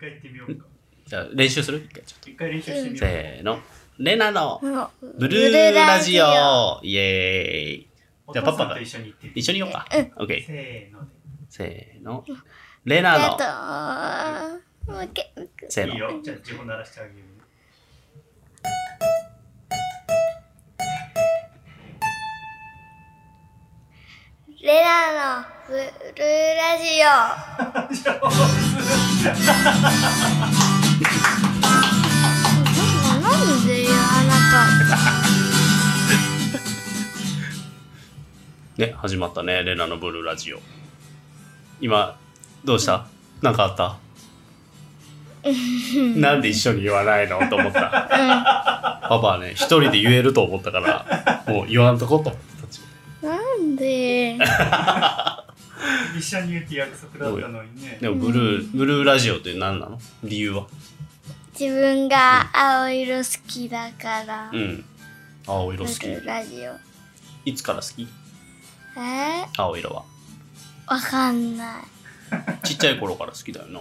回行ってみようか。じゃあ練習する一回ちょっ一回練習してみようと。せーの。レナのブブルーラジオイエーイおじゃあ父パさパんがと一緒に行ってみよ一緒に言おうか。オッう。ケー。せーので。せーの。レナの。あと、もうけ、せーいいの。よ。じゃあ自分鳴らしてあげる。レナのブルーラジオ。なんで言わなかっね、始まったね。レナのブルーラジオ。今、どうしたなんかあ ったなんで一緒に言わないのと思った。パパはね、一人で言えると思ったから、もう言わんとこと思ってた。た。なんで。一緒に言うって約束だったのにね。でもブルー、ブルーラジオって何なの理由は自分が青色好きだから。うん。青色ブ好ルき。ーラジオ。いつから好きえー青色は。わかんない。ちっちゃい頃から好きだよ な。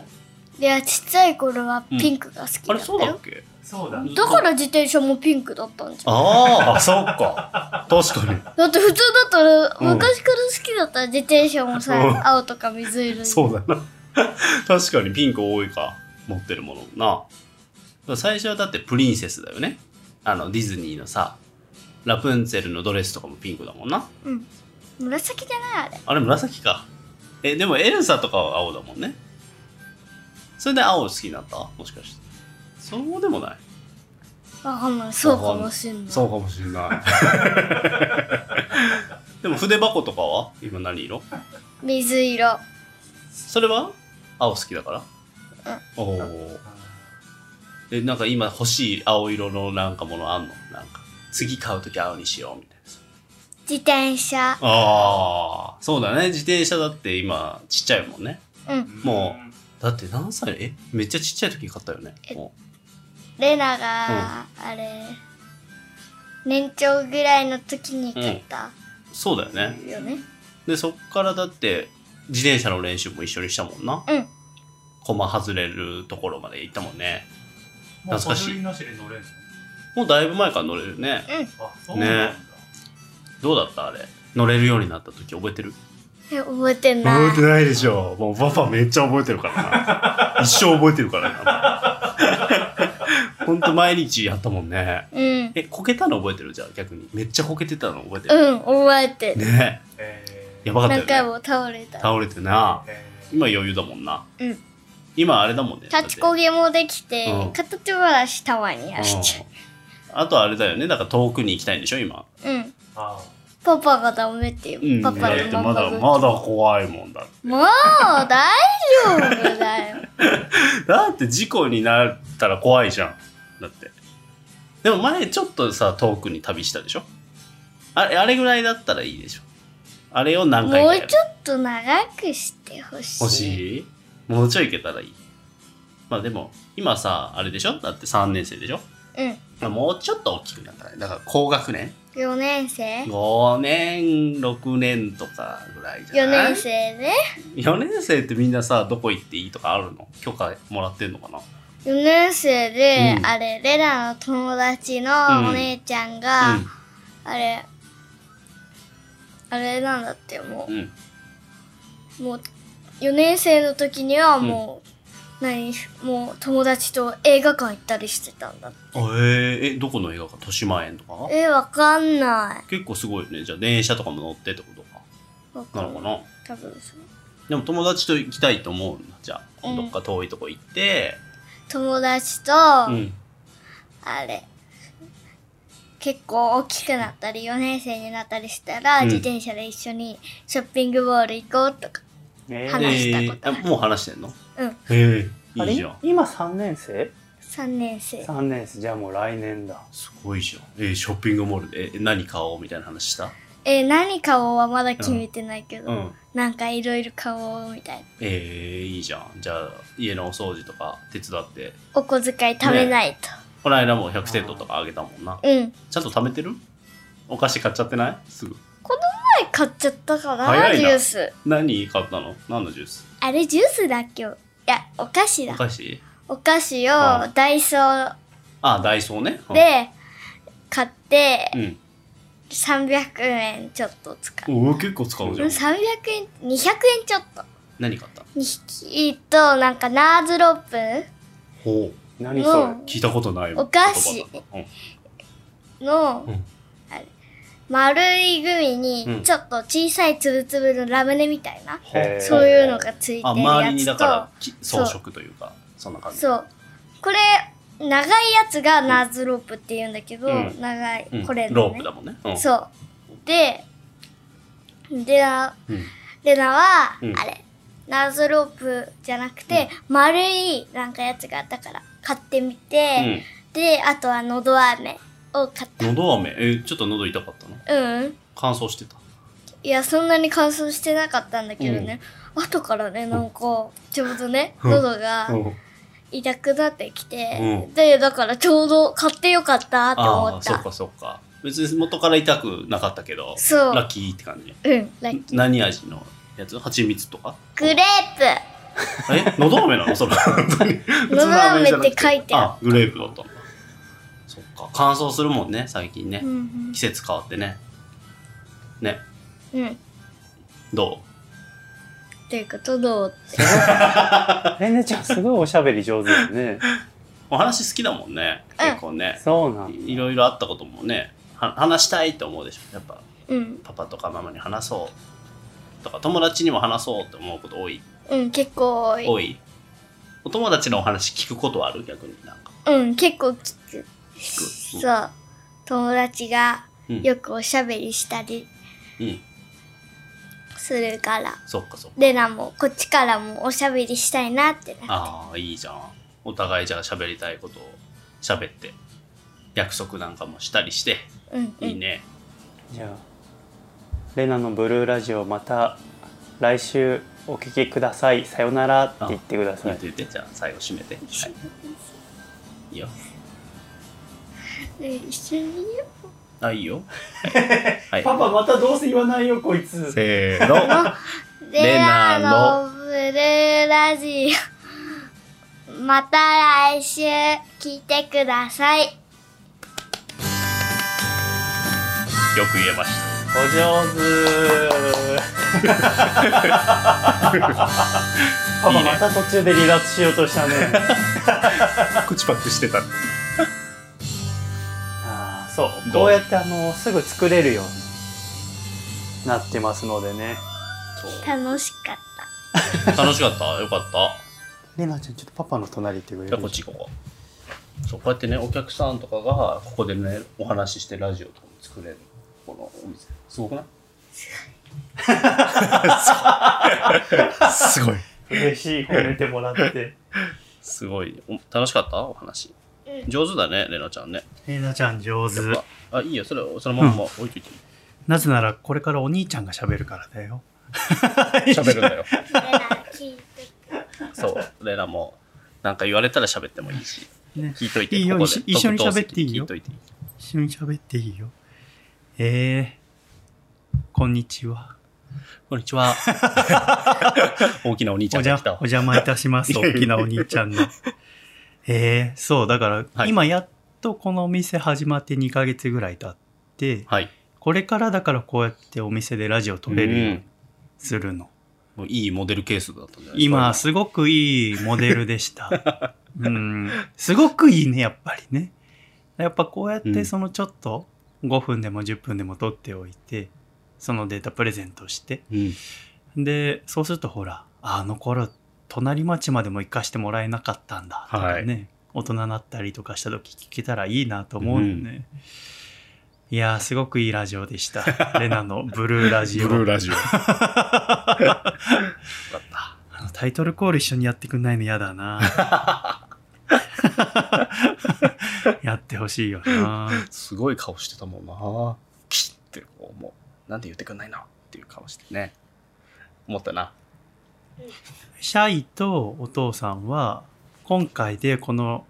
いや、ちっちゃい頃はピンクが好きあだれったそうだっよ。けそうだ。だから自転車もピンクだったんじゃん。ああ、そうか。確かに。だって普通だったうら、ん昔から好きだったら自転車もうんさ、青とか水色に。そうだな。 確かにピンク多いか、持ってるものな。だから最初はだってプリンセスだよね。あの、ディズニーのさ、ラプンツェルのドレスとかもピンクだもんな。うん。紫じゃないあれ。あれ紫か。え、でもエルサとかは青だもんね。それで青好きになったもしかして。そうでもない。わかんない。そうかもしんない。うかもしれない。 でも筆箱とかは今何色水色。それは青好きだからおおえなんか今欲しい青色のなんかものあんのなんか次買う時青にしようみたいなさ自転車。ああそうだね自転車だって今ちっちゃいもんねうん。もだって何歳えめっちゃちっちゃい時に買ったよねもレナが、あれ、年長ぐらいの時に買った。うそうだよねよね。でそっからだって自転車の練習も一緒にしたもんなうん。駒外れるところまで行ったもんねもう懐かしい小鳥なしで乗れるもうだいぶ前から乗れるねのあ、そうなんだ。どうだったあれ乗れるようになった時覚えてるえ、覚えてない。ないでしょもうパパめっちゃ覚えてるから な一生覚えてるからなほんと毎日やったもんねうん。えこけたの覚えてるじゃあ逆にめっちゃこけてたの覚えてる、うん、覚えてる。ねえーやばか何った回よねも倒れた。倒れてなえー今余裕だもんなうん。今あれだもんね立ちこげもできうてん、形はたまにだやってしちうんあとあれだよねだから遠くに行きたいんでしょ今ゃう。うん。あパパがダメってういんう。パパだってのままだま。まだ怖いもんだってもう大丈夫だよ。だって事故になったら怖いじゃんだってでも前ちょっとさ遠くに旅したでしょあれあれぐらいだったらいいでしょあれを何回もかうやるちょっと長くしてほしい。欲しいもうちょい行けたらいいまあでも今さあれでしょだって3年生でしょうん。まあもうちょっと大きくなったらだから高学年4年生5年6年とかぐらいじゃ ?4 ない年生ね。 4年生ってみんなさどこ行っていいとかあるの許可もらってんのかな4年生で、うんあれ、レラの友達のお姉ちゃんが、あれ、あれなんだって、もうんうんう、もう、4年生の時にはもう、何、もう友達と映画館行ったりしてたんだ。あえー、えどこの映画か豊島園とかえ、わかんな結構すごいよねじゃあ電車とかも乗ってってことかい。なのわんかい。な多分そう。でも友達と行きたいと思うんだじゃあ、うんどっか遠いとこ行って友達と、うんあれ結構大きくなったり4年生になったりしたら、うん自転車で一緒にショッピングモール行こうとか話したことあるえーあもう話してんのうんへえあいいれじゃん今3年生3年生 ?3 年生じゃあもう来年だすごいじゃんえーショッピングモールでえ何買おうみたいな話したえー何買おうはまだ決めてないけど、うんなんかいろいろ買おうみたいなえー、いいじゃんじゃあ家のお掃除とか手伝ってお小遣い貯めないこの間も100セントとかあげたもんなと、うんちゃんと貯めてるお菓子買っちゃってないすぐ前買っちゃったかな早いジなュース何買ったの何のジュースあれジュースだっけや、お菓子おだ。菓子お菓子あをダイソーあ、ダイソーね。うん、で買ってうん。 300円ちょっと使う。おお、結構使うじうゃんん。 300円、200円ちょっと。何買った2匹となんかナーズロッほ何それ、うんう。聞いたことないお菓子言葉だなプの、うんあれ丸いグミうんにちょっと小さいつぶつぶのラムネみたいな、へーそういうのがついてあ、る周りやにつだとからきそ装う飾というか、そんな感じ。そうこれ長いやつがナーズロープって言うんだけど、うん長い、うんこれの、ね、ロープだもんね。うん。そうでレナうんレナは、うんあれナーズロープじゃなくて、丸いなんかやつがあったから買ってみて、うん。で、あとはのど飴を買った。喉飴、え、ちょっと喉痛かったのうん。乾燥してた。いや、そんなに乾燥してなかったんだけどね。後からね、なんか、ちょうどね、うん喉がうん。痛くなってきて、うんで、だからちょうど買ってよかったってあ思あー、っそたっ。かそっか。別に元から痛くなかったけど、そうラッキーって感じ。うん、ラッキー。何味のやつ蜂蜜とかグレーえ喉飴なのそれ本当に普通のじゃなく喉飴って書いてあったあグレープだったんだそっか乾燥するもんね最近ねプうん季節変わってねねうん。うん。どということどうって。レネちゃんすごいおしゃべり上手だね。うお話好きだもんねうん結構ね、そうなんだ いいろいろあったこともねは話したいと思うでしょやっぱうん。パパとかママに話そうとか友達にも話そうって思うこと多いうん、結構多い。多いお友達のお話聞くことはある逆になんかうん、結構聞く。聞くそう。友達がうんよくおしゃべりしたりうん、うん、するから。そっかそっかレナもこっちからもおしゃべりしたいなってな。ああいいじゃんお互いじゃあ喋りたいことを喋って約束なんかもしたりしてうん、うん、いいね、じゃあレナのブルーラジオまた来週お聞きください。さよならって言ってくださ言っいて。言ってじゃあ最後締めて、はい、いいよねえ一緒によあいいよはい、パパまたどうせ言わないよこいつ。せーのレレナナののブルーラジオ。また来週聞いてください。よく言えましたお上手パパまた途中で離脱しようとしたね 口パクしてたあーそうどうこうやってあのすぐ作れるようになってますのでねそう楽しかった。楽しかったよかったレナちゃんちょっとパパの隣行ってくれじゃあこっるち行こうそうこうやってねお客さんとかがここでねお話ししてラジオとかも作れるこのお店すごくないすごい。嬉しい褒めてもらってすごいお楽しかったお話 うん上手だねレナちゃんねえなちゃん上手。あいいよそれそのまんま置いといていいなぜならこれからお兄ちゃんが喋るからだよ。喋るん だよレナ聞いてそうレナもなんか言われたら喋ってもいいし、ね聞いといていいよここ一緒で一緒に特等喋っ席ていいよ聞いといて いい一緒に喋っていいよ。えー、こんにちは。こんに ちは大きなお兄ちおゃんが邪来たお邪魔いたし ます、大きなお兄ちゃんの。えー、そう、だから、はい今やっとこのお店始まって2ヶ月ぐらい経って、はいこれからだからこうやってお店でラジオ撮れるようにするの。もういいモデルケースだったんじゃない今、ですすごくいいモデルで した。うん、すごくいいね、やっぱりね。やっぱこうやっうて、んそのちょっと5分でも10分でも撮っておいて、そのデータプレゼントして、かうんでそうするとほらあの頃隣町までも行かしてもらえなかったんだとかね、大人になったりとかした時聞けたらいいなと思うよね、いやーすごくいいラジオでしたレナのブルーラジオラジオよかったあのタイトルコール一緒にやってくんないの嫌だなやってほしいよなすごい顔してたもんな。キシッってこう、もう、なんで言ってくんないなっていう顔してね。思ったな。シャイとお父さんは今回でこの、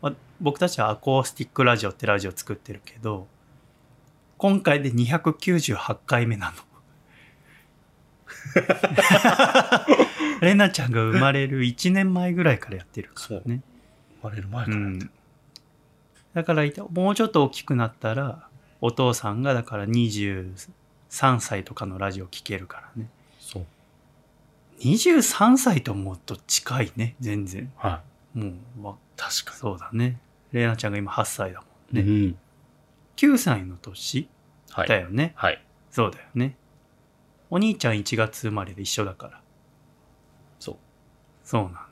まあ僕たちはアコースティックラジオってラジオ作ってるけど今回で298回目なの。レナちゃんが生まれる1年前ぐらいからやってるからね。生まれる前うから、ん、だからいたもうちょっと大きくなったらお父さんがだから23歳とかのラジオ聴けるからねそう23歳と思うと近いね全然はもうわい確かそうだねレイナちゃんが今8歳だもんにね、うん、 9歳の年はだいよね、はいそうだよねお兄ちゃん1月生まれで一緒だからそうそうなんだよ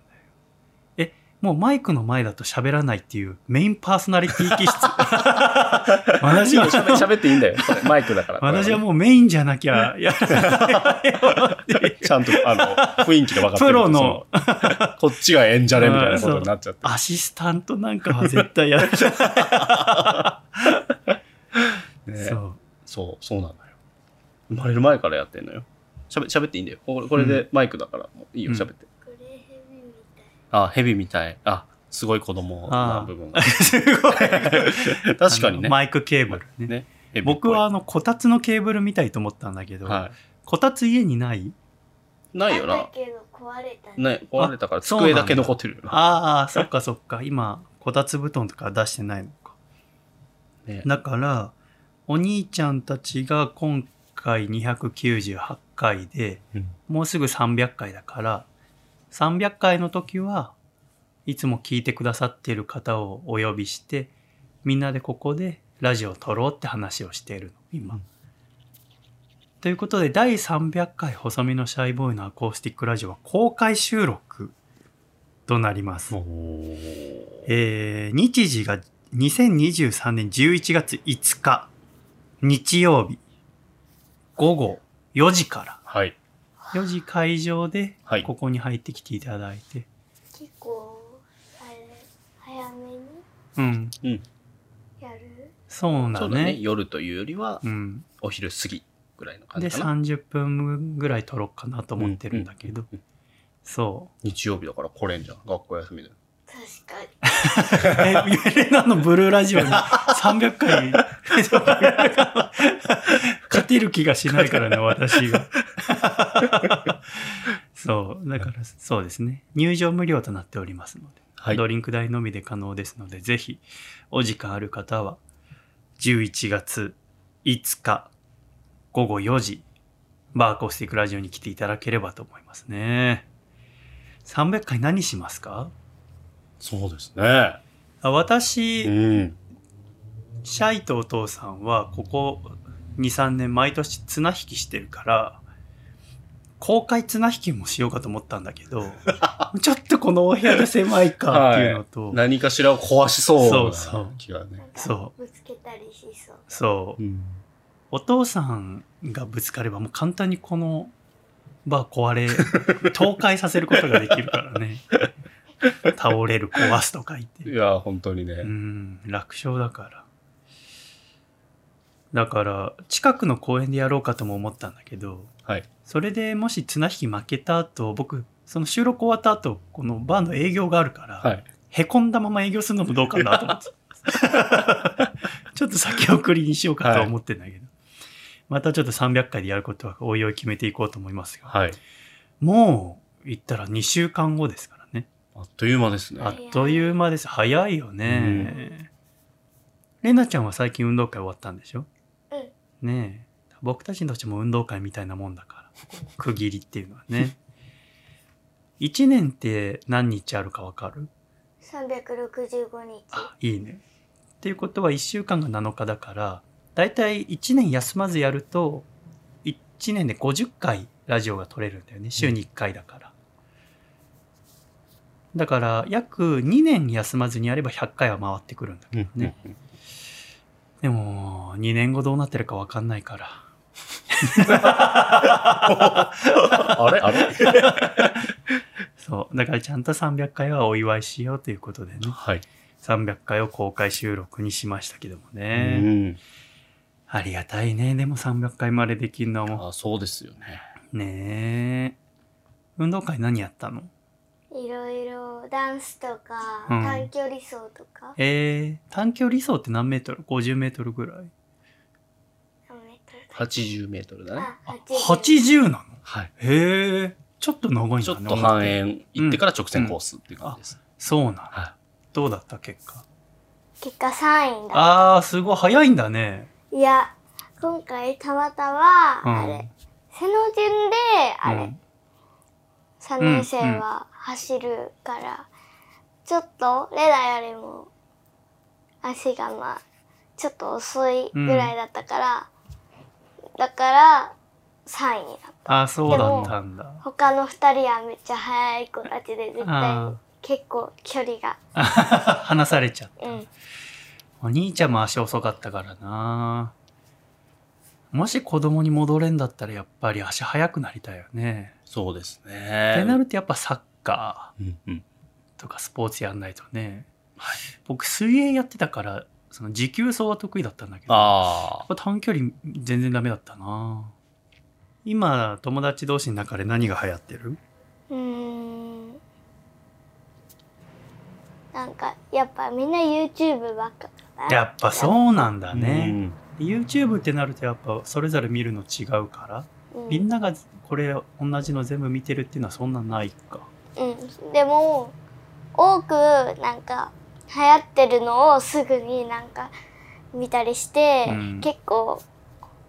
えもうマイクの前だと喋らないっていうメインパーソナリティ気質私は喋喋っていいんだよこれマイクだから私はもうメインじゃなきゃやらないよって いう ちゃんとあの雰囲気が分かってるプロのそうこっちが演者ねみたいなことになっちゃってアシスタントなんかは絶対やらない、ねそそううそうなんだよ生まれる前からやってんのよしゃべっていいんだよこれこれでマイクだから、もういいようん喋って、あヘビみたいあすごい子供な部分が すごい確かにあのねマイクケーブルねねヘビっぽ僕いはあのこたつのケーブルみたいと思ったんだけど、はこたつ家にないいないよなけど壊れたね壊れたからそうなん机だだけ残ってるよなああ、そっかそっか。今、こたつ布団とか出してないのか。ねだから、お兄ちゃんたちが今回298回で、うんもうすぐ300回だから、300回の時はいつも聞いてくださっている方をお呼びして、みんなでここでラジオを撮ろうって話をしているの、今。うんということで、第300回細身のシャイボーイのアコースティックラジオは公開収録となります。えー日時が2023年11月5日日曜日午後4時かはいら4時会場ではいここに入ってきていただいて、結構あれ早めにうんやるそうそだうだねね夜というよりはうんお昼過ぎぐらいの感でじかな30分ぐらい撮ろうかなと思ってるんだけど、うんうんそ日曜日だから来れんじゃん学校休みで確かにう えレナのブルーラジオに300回 勝てる気がしないから ね私がそうだからそうですね入場無料となっておりますので、はいドリンク代のみで可能ですのでぜひお時間ある方は11月5日午後4時バーコースティックラジオに来ていただければと思いますね300回何しますかそうですねあ私、うんシャイとお父さんはここ23年毎年綱引きしてるから公開綱引きもしようかと思ったんだけ どちょっとこのお部屋が狭いかっていうのと、何かしらを壊しそうそうそうな気がねそぶつけたりしそうそううんお父さんがぶつかればもう簡単にこのバー壊れ 倒壊させることができるからね 倒れる壊すとか言っていや本当にね、うん楽勝だからだから近くの公園でやろうかとも思ったんだけど、はいそれでもし綱引き負けた後僕その収録終わった後このバーの営業があるから、はいへこんだまま営業するのもどうかなと思って ちょっと先送りにしようかとは思ってんだけど、またちょっと300回でやることはおいおい決めていこうと思いますがはいもう言ったら2週間後ですからねあっという間ですねあっという間です。早いよね。レナちゃんは最近運動会終わったんでしょうんねえ。僕たちにとっても運動会みたいなもんだ から。区切りっていうのはね。1年って何日あるかわかる365日あ、いいね。っていうことは1週間が7日だから、だいたい1年休まずやると、1年で50回ラジオが撮れるんだよね。週に1回だから。だから、約2年休まずにやれば100回は回ってくるんだけうんどね。でも、2年後どうなってるかわかんないから。あれあれ そう。だからちゃんと300回はお祝いしようということでね。はい、 300回を公開収録にしましたけどもね。うんありがたいね。でも300回までできるのも。あそうですよねねえ。運動会何やったのいろいろダンスとか、うん短距離走とかえー、短距離走って何メートル ?50 メートルぐらい。何メートルだ80メートルだね。あ、80 80なのはい。へえちょっと長いんだねちょっと半円行ってから直線コースっていう感じです。そうなのはどうだった結果結果3位だ。あーすごい早いんだねいや、今回たまたま、うんあれ、背の順で、あれ、うん3年生は走るから、ちょっとレダよりも足がまあ、ちょっと遅いぐらいだったから、だから3位になった。あーそうだったんだ他の2人はめっちゃ速い子たちで絶対あ結構距離が、 離されちゃったうん。お兄ちゃんも足遅かったからなもし子供に戻れんだったらやっぱり足速くなりたいよねそうですってなね。るとやっぱサッカうんうんーとかスポーツやんないとね、僕水泳やってたからその持久走は得意だったんだけどあやっぱ短距離全然ダメだったな今友達同士の中で何が流行ってるうーんなんかやっぱみんな YouTube ばっかだなやっぱそうなんだあ。ね、YouTube ってなるとやっぱそれぞれ見るの違うからうんみんながこれ同じの全部見てるっていうのはそんなないかうん、でも多くなんか流行ってるのをすぐになんか見たりして、うん結構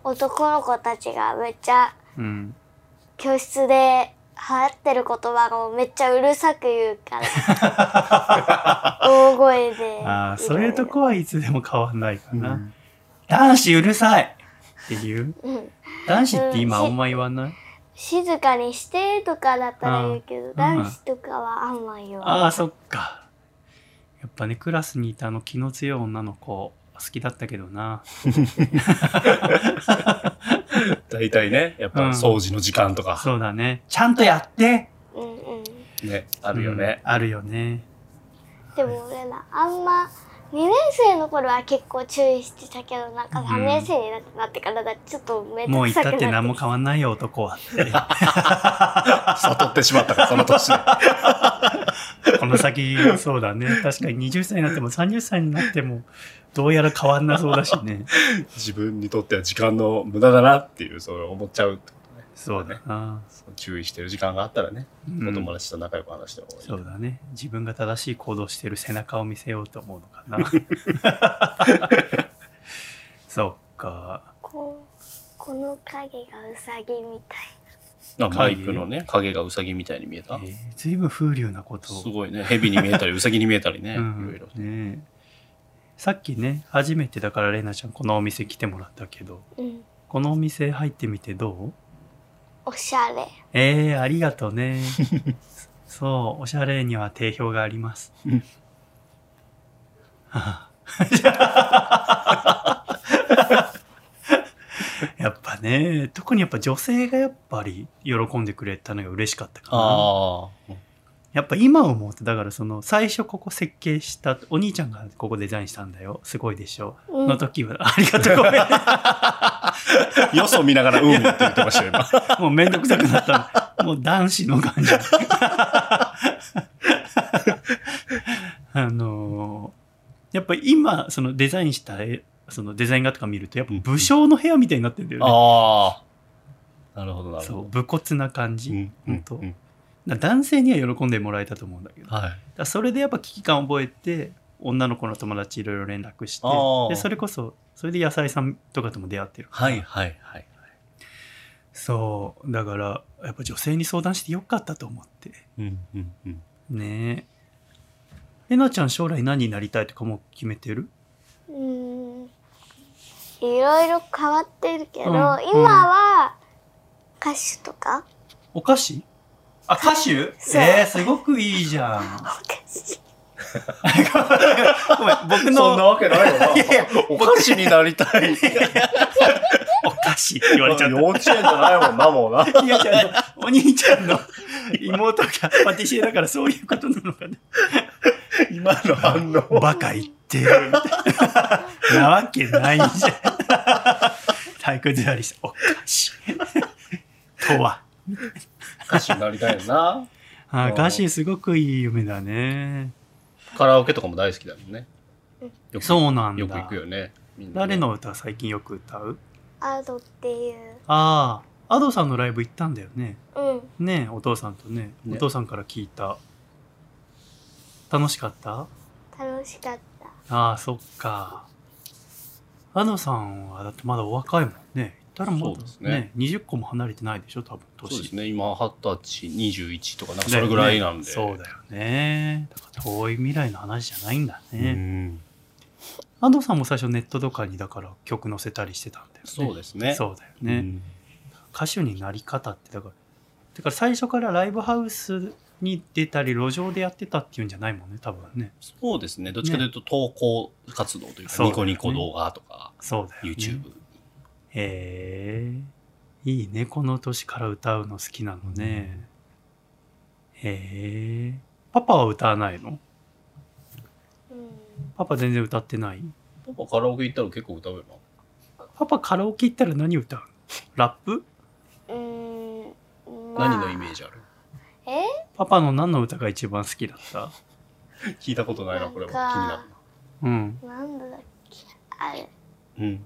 男の子たちがめっちゃうん教室で流行ってる言葉をめっちゃうるさく言うから 大声でああそういうとこはいつでも変わんないかうな、ん男子うるさいっていううん男子って今あんま言わない、静かにしてとかだったら言うけど、ん男子とかはあんま言わない。ああそっかやっぱねクラスにいたあの気の強い女の子好きだったけどな大体ね、やっぱうん掃除の時間とか、そうだねちゃんとやってうんうん。ね、ああるよね。、うんあるよねでも俺らあんま2年生の頃は結構注意してたけどなんかうん3年生になってからだちょっとめんもどう言くっさくたなっってて何も変わんないよ男はって悟ってしまったから、その年で。この先そうだね確かに20歳になっても30歳になってもどうやら変わんなそうだしね自分にとっては時間の無駄だなっていう、そう思っちゃうってことね。そうだな、そう注意してる時間があったらね、うおん友達と仲良く話した方がいい。そうだね自分が正しい行動してる背中を見せようと思うのかな そっかこうこの影がウサギみたいあマイクのね、影がウサギみたいに見ええた。ー随分風流なことをすごいね、蛇に見えたり、ウサギに見えたりね、いうんろいろ。ねえさっきね初めてだから玲奈ちゃんこのお店来てもらったけどうんこのお店入ってみてどうおしゃれえー、ありがとう ねそうおしゃれには定評がありますうんはあ やっぱね特にやっぱ女性がやっぱり喜んでくれたのが嬉しかったかなああ。やっぱ今思うとだからその最初ここ設計したお兄ちゃんがここデザインしたんだよすごいでしょうんの時は、 ありがとうごめん よそ見ながら、うんって言ってましたよ、今。もうめんどくさくなったの。もう男子の感じ。 あのーやっぱ今、そのデザインした絵、そのデザイン画とか見ると、やっぱ武将の部屋みたいになってるんだよね。ああ。なるほど、なるそほう、ど。武骨な感じ。ん本当だから男性には喜んでもらえたと思うんだけど。だかはい。らそれでやっぱ危機感覚えて、女の子の友達いろいろ連絡してあー、でそれこそ、それで野菜さんとかとも出会ってる。はい、はい、はい。そう、だから、やっぱ女性に相談してよかったと思って。うん、うん、うん。ねえ。えなちゃん将来何になりたいとかもう決めてるうんいろいろ変わってるけど、うん今は歌手とか お菓子あ、歌手そうえー、すごくいいじゃん。お菓子ごめん、僕そんなのわけないよな。いやいやお菓子になりたい。お菓子って言われちゃっ幼稚園じゃないもんな、もうな。た。いやちゃんのお兄ちゃんの妹がパティシエだからそういうことなのかな。今の反応。バカ言ってる。なわけないじゃん。体育座りして、お菓子。とは。歌手になりたいよな。あー、歌手すごくいい夢だね。カラオケとかも大好きだもんね。よくそうなんだ。よく行くよね。みんなね誰の歌最近よく歌うアドっていうああアドさんのライブ行ったんだよねうんねえお父さんとねおね父さんから聞いた楽しかった楽しかったああそっかアドさんはだってまだお若いもんね言ったらまそうだですねね20個も離れてないでしょ多分年そうですね今二十歳21とかなんかそれぐらいなんで、だよねそうだよねだから遠い未来の話じゃないんだうね、ん安藤さんも最初ネットとかにだから曲載せたりしてたんだよねそうですねそうだよね、うん歌手になり方ってだからだから最初からライブハウスに出たり路上でやってたっていうんじゃないもんね多分ねそうですねどっちかというと投稿活動というか、そうだニよコねニコ動画とかそうだよね YouTube へえいいねこの年から歌うの好きなのね、へえパパは歌わないのうんパパ全然歌ってないパパカラオケ行ったら結構歌うよなパパカラオケ行ったら何歌うのラップうーん、まあ、何のイメージあるえパパの何の歌が一番好きだった聞いたことないなこれは気なんかになうんなんだっけあれる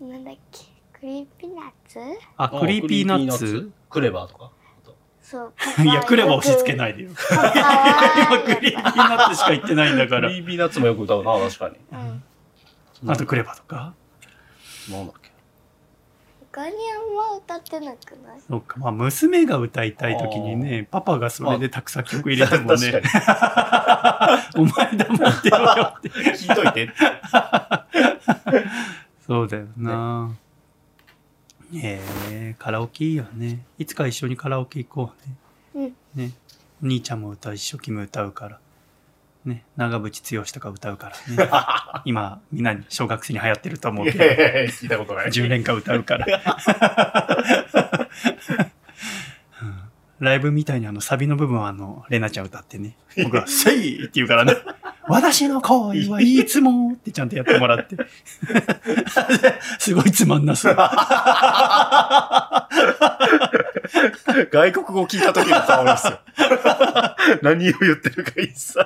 ななんだっけクリーピーナッツあうんクリーピーナッツクレバーとかそう いやクレバ押し付けないいでよパパ今はクリーピーナッツしか言ってないんだかクらリーピーナッツもよく歌うな確かにうんあとクレバとかなんだっけ他にあんま歌ってなくないそうかまあ娘が歌いたい時にねパパがそれでたくさん曲入れてもねお前 黙ってろよって 聞いといてそうだよなへえカラオケいいよねいつか一緒にカラオケ行こうね、ねお兄ちゃんも歌う一生懸命歌うからね長渕剛とか歌うからね今みんなに小学生に流行ってると思うけど聞いたことない10年間歌うから。うんライブみたいにあのサビの部分はあの、レナちゃん歌ってね。僕は、せいって言うからね。私の恋はいつもってちゃんとやってもらって。すごいつまんなそう。外国語聞いた時の顔ですよ 何を言ってるか一切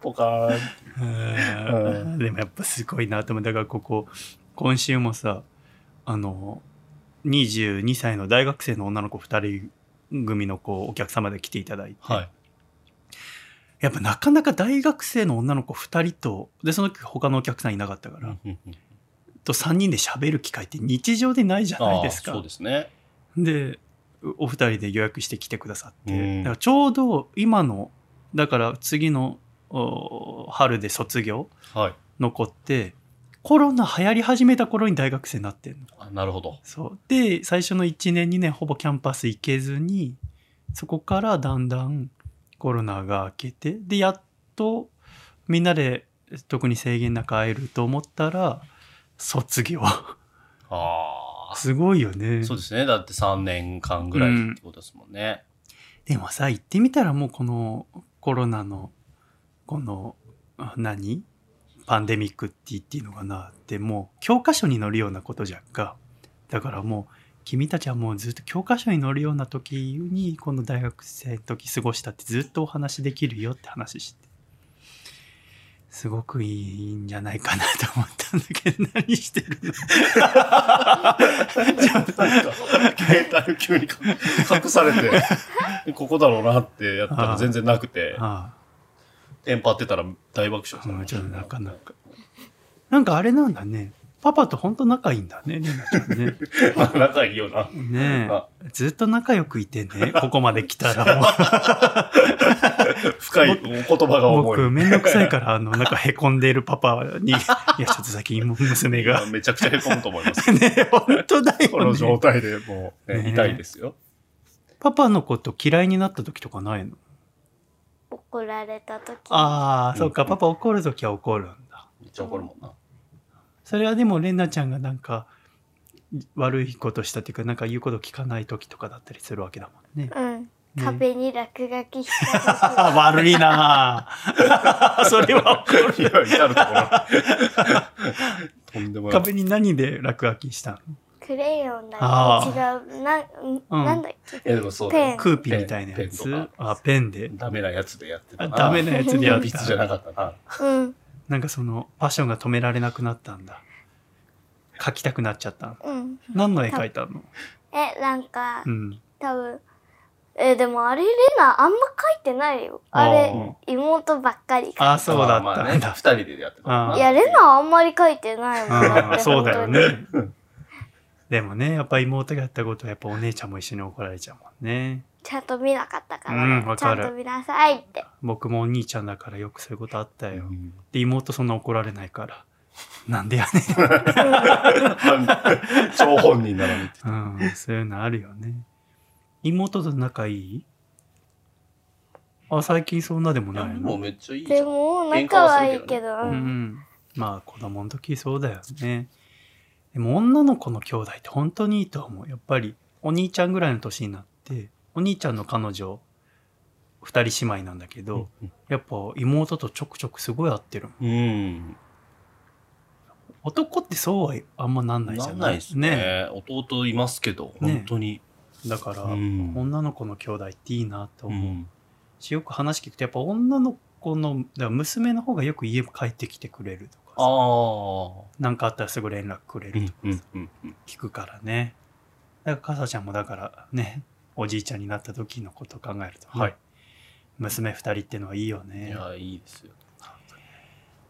ポカーンうんでもやっぱすごいなと思う。だからここ、今週もさ、あの、22歳の大学生の女の子2人組の子、お客様で来ていただいて。はいやっぱなかなか大学生の女の子2人とでその時他のお客さんいなかったから、と3人で喋る機会って日常でないじゃあなあいですかそうですねでお二人で予約して来てくださって、うんだからちょうど今のだから次のお春で卒業はいの子ってコロナ流行り始めた頃に大学生になってんのあなるほどそうで最初の1年2年ほぼキャンパス行けずにそこからだんだんコロナが明けてでやっとみんなで特に制限なく会えると思ったら卒業ああすごいよねそうですねだって3年間ぐらいってことですもんね、でもさ行ってみたらもうこのコロナのこのあ何パンデミックって言っていいのかなってもう教科書に載るようなことじゃんかだからもう君たちはもうずっと教科書に載るような時にこの大学生の時過ごしたってずっとお話できるよって話してすごくいいんじゃないかなと思ったんだけど何してるのなんか携帯を急に隠され て、ここだろうなってやったら全然なくて、あテンパってたら大爆あ笑うんちさょれっとなまかなかなんかあれなんだねパパと本当仲いいんだねレナちゃん ね した。仲いいよな。ねあえずっと仲良くいて ねここまで来たらも深いお言葉がう重い。僕面倒くさいからあのなんかへこんでいるパパ に「いやちょっと先に娘が いやめちゃくちゃへこむと思います。ねえ本当だこのよ、状ね、態でも う、ねね痛いですよ。パパのこと嫌いになった時とかないの怒られた時ああそうかうんパパ怒る時は怒るんだめっちゃ怒るもんな。それはでもレナちゃんがなんか悪いことしたっていうかなんか言うこと聞かない時とかだったりするわけだもんねうんね壁に落書きした時 あ悪いな あそれ は怒るいや、至るとこ ろ。とんでもない。壁に何で落書きしたクレヨンだあけ違うな,ん、うんなんだっけいや、でもそうだペよのンクーピーみたいなやペンつとかあペンでダメなやつでやってたあな。ダメなやつでやっ鉛筆じゃたなかったな。うんなんかそのパッションが止められなくなったんだ描きたくなっちゃったのうん。何の絵描いたのえ、なんか、うん多分え、でもあれ、レナ、あんま書いてないよ。あれ、ー妹ばっかり書いあそうだっまたあね、二んだ、人でやってたもんあな。ーいや、レナあんまり書いてないもんだっあーて。 そうだよ本ねでもねやっぱ妹がやったことはやっぱお姉ちゃんも一緒に怒られちゃうもんね当に。ちゃんと見なかったから、うんわちかゃるんと見なさいって。僕もお兄ちゃんだからよくそういうことあったよ、うん で妹そんな怒られないからなんでやね張本人なのにって。ん、うん、そういうのあるよね妹と仲いいあ最近そんなでもいやないもうのめっちゃいいじゃでん。も、喧嘩仲はすはいいるけけど、ううんんまあ子供の時そうだよねでも女の子の兄弟って本当にいいと思うやっぱりお兄ちゃんぐらいの年になってお兄ちゃんの彼女2人姉妹なんだけど、やっぱ妹とちょくちょくすごい合ってるもんうん。男ってそうはあんまなんないじゃなないんないですね。弟いますけど、ね本当に。だから、うん女の子の兄弟っていいなとう思う、んしよく話聞くとやっぱ女の子のだから娘の方がよく家帰ってきてくれるとああかさ。なんかあったらすぐ連絡くれうるんとかうんうんうん聞くからね、だからかさちゃんもだからねおじいちゃんになった時のことを考えると、はい娘二人ってのはいいよいねや、いいですよ。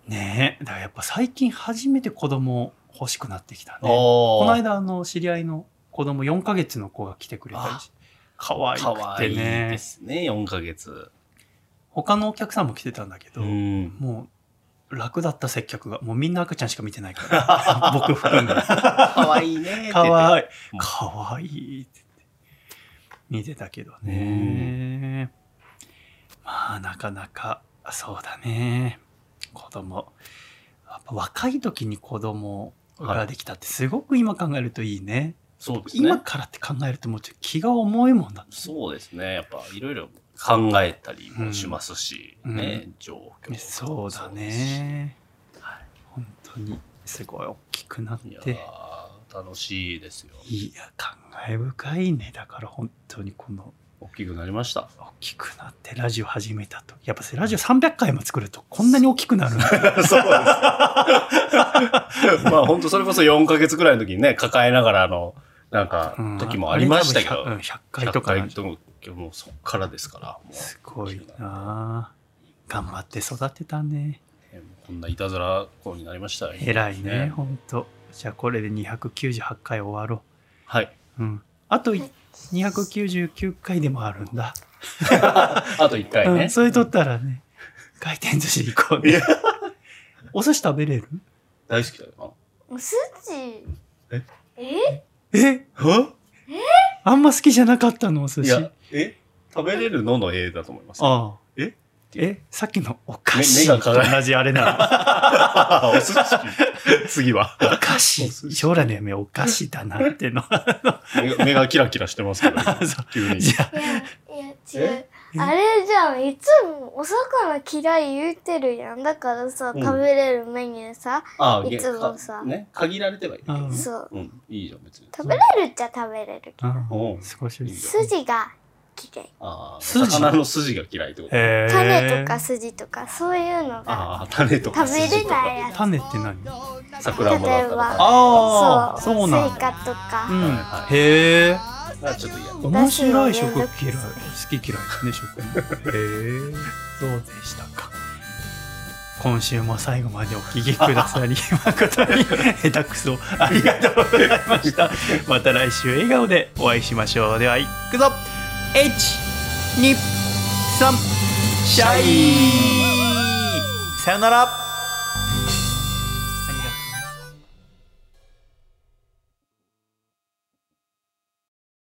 ねえだからやっぱ最近初めて子供欲しくなってきたねあこのー。間あの知り合いの子供4ヶ月の子が来てくれたりし可愛かくわていいねですね、4ヶ月。他のお客さんも来てたんだけど、ん。もう楽だった接客がもうみんな赤ちゃんしか見てない から僕含めかわいいね って言って。かわいうんいかわいいって言って見てたけどうねまあなかなかそうだね子供やっぱ若い時に子供ができたってすごく今考えるといいね、そうです今ね。からって考えるともうちょっと気が重いもんだそうですね。やっぱいろいろ考えたりもしますし、うんね、状況そうだ。ね本当にすごい大きくなっそうですしいてやー楽しいですよ。いや感慨深いねだから本当にこの大きくなりました。 大きくなってラジオ始めたとやっぱラジオ300回も作るとこんなに大きくなるんだ そうです。まあ本当それこそ4ヶ月ぐらいの時にね、抱えながらあの、なんかうん、時もありましたけあれ多分ど、 100 100回とかなん回じとも、もうそっからですから、もゃうすごいな頑張って育てたねえーこんないたずら子になりましたよ偉いねね本当じゃあこれで298回終わろうはい。 うん、あとい299回でもあるんだ、あと1回うねん、。それ取ったらね回転寿司行こういねやお寿司食べれる大好きだよお寿司えええな。あんま好きじゃなかったのお寿い司や、え食べれるのの A だと思います。ああええさっきのお菓子目目が輝い同じあれなあ お寿司。次は。 のお菓子お寿司将来の夢お菓子だなってのそ目が目がキラキラしてま すけど、う急に。じゃあいや、いや、違うえ。あれじゃん、いつもお魚嫌い言うてるやん。だからさ、うん食べれるメニューさ、ああいつもさね、限られてはいるけどねうんそう。うん、いいじゃん、別に。食べれるっちゃ食べれるけど。あおうあ少しずつ筋が嫌い。ああ、筋魚の筋が嫌いってこと。へえ種とか筋とか、そういうのがああ、種とか食べ筋れとかない。やつ。種って何桜もだったら。例えばああそう、そうスイなんだカとかう。んはへえあちょっと嫌。面白い食嫌い好き嫌いですね食へえそうでしたか今週も最後までお聞きくださり誠に下手くそありがとうございましたまた来週笑顔でお会いしましょうではいくぞ123シャイさよなら